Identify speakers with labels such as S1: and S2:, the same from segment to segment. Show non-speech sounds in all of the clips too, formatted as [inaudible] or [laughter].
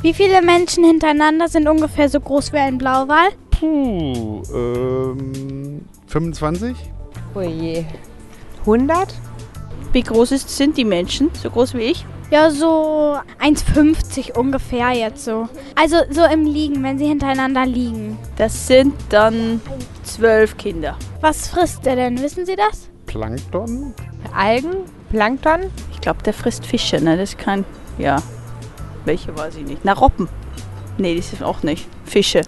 S1: Wie viele Menschen hintereinander sind ungefähr so groß wie ein Blauwal?
S2: Puh, ähm, 25?
S3: Oh je. 100?
S4: Wie groß ist, sind die Menschen? So groß wie ich?
S1: Ja, so 1,50 ungefähr jetzt so. Also so im Liegen, wenn sie hintereinander liegen.
S4: Das sind dann zwölf Kinder.
S1: Was frisst er denn? Wissen Sie das?
S2: Plankton?
S3: Algen? Plankton?
S4: Ich glaube, der frisst Fische, ne? Das kann. Ja. Welche weiß ich nicht? Na, Robben. Nee, die sind auch nicht. Fische.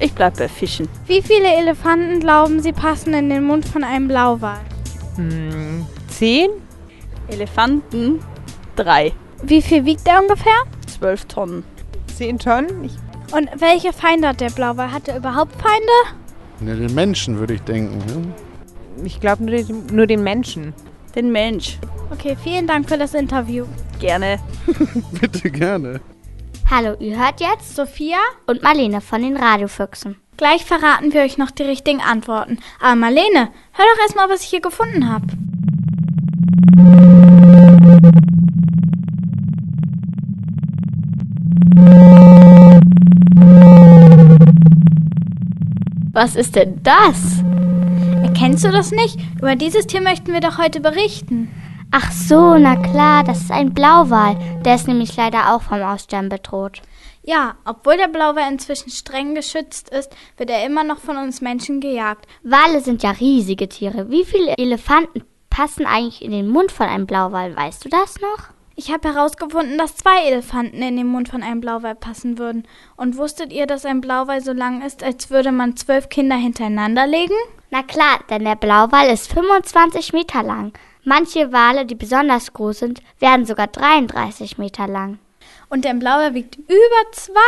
S4: Ich bleib bei Fischen.
S1: Wie viele Elefanten glauben Sie passen in den Mund von einem Blauwal?
S3: Hm, 10?
S4: Elefanten, drei.
S1: Wie viel wiegt er ungefähr?
S4: Zwölf Tonnen.
S3: 10 Tonnen? Ich,
S1: Und welche Feinde hat der Blauwal? Hat er überhaupt Feinde?
S2: Ne, den Menschen würde ich denken. Ne? [laughs]
S3: ich glaube nur, den- nur den Menschen.
S4: Den Mensch.
S1: Okay, vielen Dank für das Interview.
S4: Gerne.
S2: Bitte gerne.
S5: Hallo, ihr hört jetzt
S1: Sophia?
S5: und Marlene von den Radiofüchsen.
S1: Gleich verraten wir euch noch die richtigen Antworten. Aber Marlene, hör doch erstmal, was ich hier gefunden habe.
S5: Was ist denn das?
S1: Erkennst du das nicht? Über dieses Tier möchten wir doch heute berichten.
S5: Ach so, na klar, das ist ein Blauwal. Der ist nämlich leider auch vom Aussterben bedroht.
S1: Ja, obwohl der Blauwal inzwischen streng geschützt ist, wird er immer noch von uns Menschen gejagt.
S5: Wale sind ja riesige Tiere. Wie viele Elefanten passen eigentlich in den Mund von einem Blauwal? Weißt du das noch?
S1: Ich habe herausgefunden, dass zwei Elefanten in den Mund von einem Blauwal passen würden. Und wusstet ihr, dass ein Blauwal so lang ist, als würde man zwölf Kinder hintereinander legen?
S5: Na klar, denn der Blauwal ist 25 Meter lang. Manche Wale, die besonders groß sind, werden sogar 33 Meter lang.
S1: Und der Blauwal wiegt über 200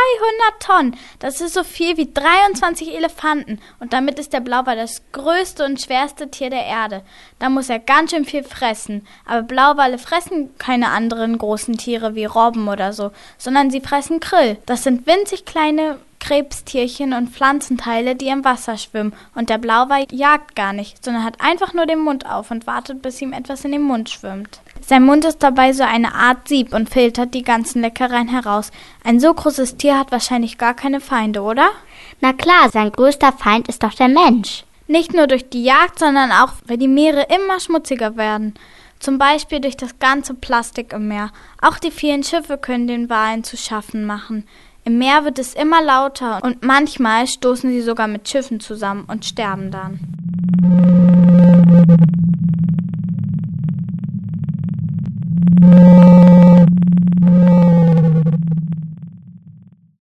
S1: Tonnen. Das ist so viel wie 23 Elefanten. Und damit ist der Blauwal das größte und schwerste Tier der Erde. Da muss er ganz schön viel fressen. Aber Blauwale fressen keine anderen großen Tiere wie Robben oder so, sondern sie fressen Krill. Das sind winzig kleine Krebstierchen und Pflanzenteile, die im Wasser schwimmen. Und der Blauwal jagt gar nicht, sondern hat einfach nur den Mund auf und wartet, bis ihm etwas in den Mund schwimmt. Sein Mund ist dabei so eine Art Sieb und filtert die ganzen Leckereien heraus. Ein so großes Tier hat wahrscheinlich gar keine Feinde, oder?
S5: Na klar, sein größter Feind ist doch der Mensch.
S1: Nicht nur durch die Jagd, sondern auch, weil die Meere immer schmutziger werden. Zum Beispiel durch das ganze Plastik im Meer. Auch die vielen Schiffe können den Walen zu schaffen machen. Im Meer wird es immer lauter und manchmal stoßen sie sogar mit Schiffen zusammen und sterben dann.